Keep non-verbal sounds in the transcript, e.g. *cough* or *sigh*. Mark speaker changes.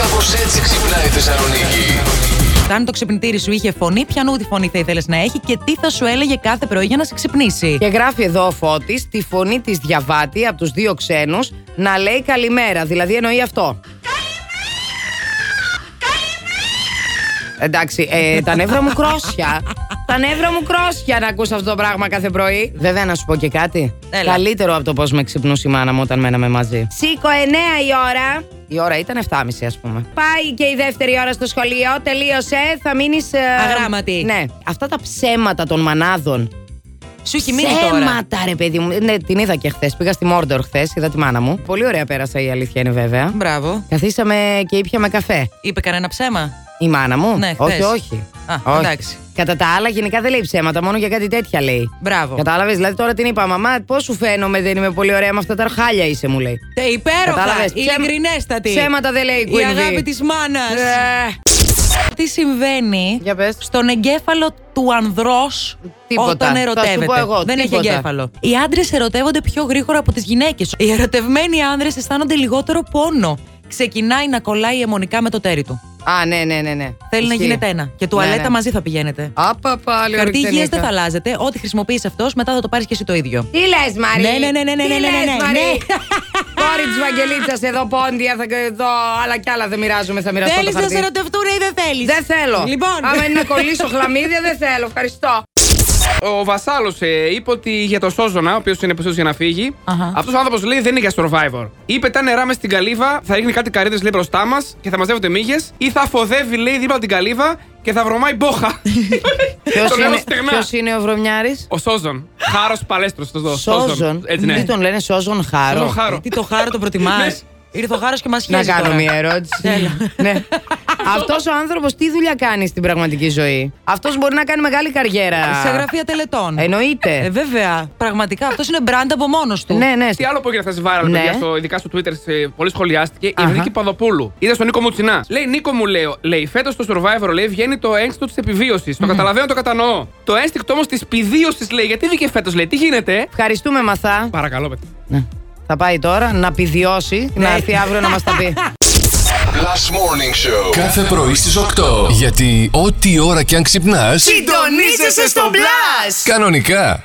Speaker 1: Κάπως έτσι ξυπνάει η Θεσσαλονίκη.
Speaker 2: Αν το ξυπνητήρι σου είχε φωνή, ποιανού τη φωνή θα ήθελες να έχει και τι θα σου έλεγε κάθε πρωί για να σε ξυπνήσει.
Speaker 3: Και γράφει εδώ ο Φώτης τη φωνή της διαβάτη από τους δύο ξένους να λέει καλημέρα. Δηλαδή εννοεί αυτό. Εντάξει, ε, τα νεύρα μου *laughs* κρόσια. τα νεύρα μου κρόσια να ακούς αυτό το πράγμα κάθε πρωί. Βέβαια, να σου πω και κάτι.
Speaker 2: Έλα.
Speaker 3: Καλύτερο από το πώς με ξυπνούσε η μάνα μου όταν μέναμε μαζί. Σήκω 9 η ώρα. Η ώρα ήταν 7.30 ας πούμε. Πάει και η δεύτερη ώρα στο σχολείο, τελείωσε, θα μείνεις... ε,
Speaker 2: Αγράμματη.
Speaker 3: Ναι, αυτά τα ψέματα των μανάδων
Speaker 2: Σου έχει μείνει τώρα.
Speaker 3: Ψέματα, ρε παιδί μου. Ναι, την είδα και χθες. Πήγα στη Μόρντορ χθες, είδα τη μάνα μου. Πολύ ωραία πέρασα, η αλήθεια είναι βέβαια.
Speaker 2: Μπράβο.
Speaker 3: Καθίσαμε και ήπιαμε καφέ.
Speaker 2: Είπε κανένα ψέμα.
Speaker 3: Η μάνα μου.
Speaker 2: Ναι, χθες.
Speaker 3: όχι, όχι.
Speaker 2: Α,
Speaker 3: όχι.
Speaker 2: εντάξει.
Speaker 3: Κατά τα άλλα, γενικά δεν λέει ψέματα, μόνο για κάτι τέτοια λέει.
Speaker 2: Μπράβο.
Speaker 3: Κατάλαβες, δηλαδή τώρα την είπα, Μαμά, πώς σου φαίνομαι, δεν είμαι πολύ ωραία με αυτά τα αρχάλια είσαι, μου λέει.
Speaker 2: Τε υπέροχα,
Speaker 3: Κατάλαβες. Ψέμα-
Speaker 2: ειλικρινέστατη.
Speaker 3: Ψέματα δεν λέει η
Speaker 2: Η
Speaker 3: Queen Bee.
Speaker 2: αγάπη της μάνας.
Speaker 3: Ε,
Speaker 2: Τι συμβαίνει
Speaker 3: Για πες.
Speaker 2: στον εγκέφαλο του ανδρός
Speaker 3: Τίποτα.
Speaker 2: όταν
Speaker 3: Θα σου
Speaker 2: ερωτεύεται.
Speaker 3: πω εγώ,
Speaker 2: Δεν έχει
Speaker 3: τίποτα.
Speaker 2: εγκέφαλο. Οι άντρες ερωτεύονται πιο γρήγορα από τις γυναίκες. Οι ερωτευμένοι άνδρες αισθάνονται λιγότερο πόνο. Ξεκινάει να κολλάει αιμονικά με το τέρι του.
Speaker 3: Α, ναι, ναι, ναι. ναι.
Speaker 2: Θέλει να
Speaker 3: Ισχύει.
Speaker 2: γίνεται ένα. Και τουαλέτα
Speaker 3: Ναι, ναι.
Speaker 2: μαζί θα πηγαίνετε.
Speaker 3: Άπα πάλι, ωραία
Speaker 2: Χαρτί υγεία δεν
Speaker 3: ταινία.
Speaker 2: θα αλλάζετε. Ό,τι χρησιμοποιείς αυτός, μετά θα το πάρεις και εσύ το ίδιο.
Speaker 3: Τι λες, Μαρή.
Speaker 2: Ναι, ναι, ναι, ναι, ναι,
Speaker 3: Τι
Speaker 2: ναι, ναι,
Speaker 3: λες,
Speaker 2: ναι, ναι.
Speaker 3: Μαρή? Κόρη τη Βαγγελίτσα εδώ, πόντια, θα εδώ, άλλα κι άλλα δεν μοιράζουμε, θα μοιραστώ
Speaker 2: Θέλει
Speaker 3: το
Speaker 2: να
Speaker 3: χαρτί.
Speaker 2: σε ερωτευτούν ή δεν θέλεις.
Speaker 3: Δεν θέλω.
Speaker 2: Λοιπόν.
Speaker 3: Άμα είναι να κολλήσω χλαμίδια, δεν θέλω.
Speaker 4: *laughs*
Speaker 3: Ευχαριστώ.
Speaker 4: Ο Βασάλος ε, είπε ότι για το Σόζονα, ο οποίος είναι πιστό για να φύγει,
Speaker 2: Αχα.
Speaker 4: αυτός ο άνθρωπος λέει δεν είναι για survivor. Ή πετά νερά μες στην καλύβα, θα ρίχνει κάτι καρύδες λέει μπροστά μας και θα μαζεύονται μύγες, ή θα φοδεύει λέει δίπλα από την καλύβα και θα βρωμάει
Speaker 3: *laughs*
Speaker 4: μπόχα. τον λέω στεγνά.
Speaker 3: ποιος είναι ο Βρωμιάρης.
Speaker 4: Ο Σόζον. Χάρος παλέστρος το δω.
Speaker 3: Σόζον.
Speaker 4: Έτσι, ναι.
Speaker 3: Τι τον λένε Σόζον Χάρο.
Speaker 4: Σόζον Χάρο.
Speaker 2: Ε, Τι το χάρο το προτιμάς.
Speaker 4: Ναι.
Speaker 2: Ήρθε ο χάρος και μας
Speaker 3: Να
Speaker 2: χαίρεσε.
Speaker 3: κάνω μια
Speaker 2: *laughs*
Speaker 3: ερώτηση. ναι. Αυτός ο άνθρωπος τι δουλειά κάνει στην πραγματική ζωή. Αυτός μπορεί να κάνει μεγάλη καριέρα.
Speaker 2: Σε γραφεία τελετών. Ε,
Speaker 3: Εννοείται.
Speaker 2: βέβαια. Πραγματικά αυτός είναι μπραντ από μόνος του.
Speaker 3: Ναι, ναι.
Speaker 4: Τι άλλο που έγινε αυτά σε viral,
Speaker 3: Ναι.
Speaker 4: παιδιά, στο, ειδικά στο Twitter, σε, πολύ σχολιάστηκε. Η
Speaker 3: Αχα.
Speaker 4: Ευρική Παδοπούλου. Είδα στον Νίκο Μουτσινά. Λέει, Νίκο μου, λέω, λέει, φέτος το survivor, λέει, βγαίνει το ένστικτο της επιβίωσης. Το καταλαβαίνω, το κατανοώ. Το ένστικτο όμως της πηδίωσης, λέει, γιατί βγήκε φέτος, λέει, τι γίνεται. ε?
Speaker 3: Ευχαριστούμε, Μαθά.
Speaker 4: Παρακαλώ, παιδιά.
Speaker 3: Ναι. Θα πάει τώρα να πηδιώσει,
Speaker 2: Ναι.
Speaker 3: να έρθει αύριο να μας τα
Speaker 2: *laughs*
Speaker 3: πει.
Speaker 1: Last Morning Show.
Speaker 5: Κάθε πρωί στις 8. Γιατί ό,τι ώρα κι αν ξυπνάς,
Speaker 3: Συντονίζεσαι στο μπλα!
Speaker 5: κανονικά.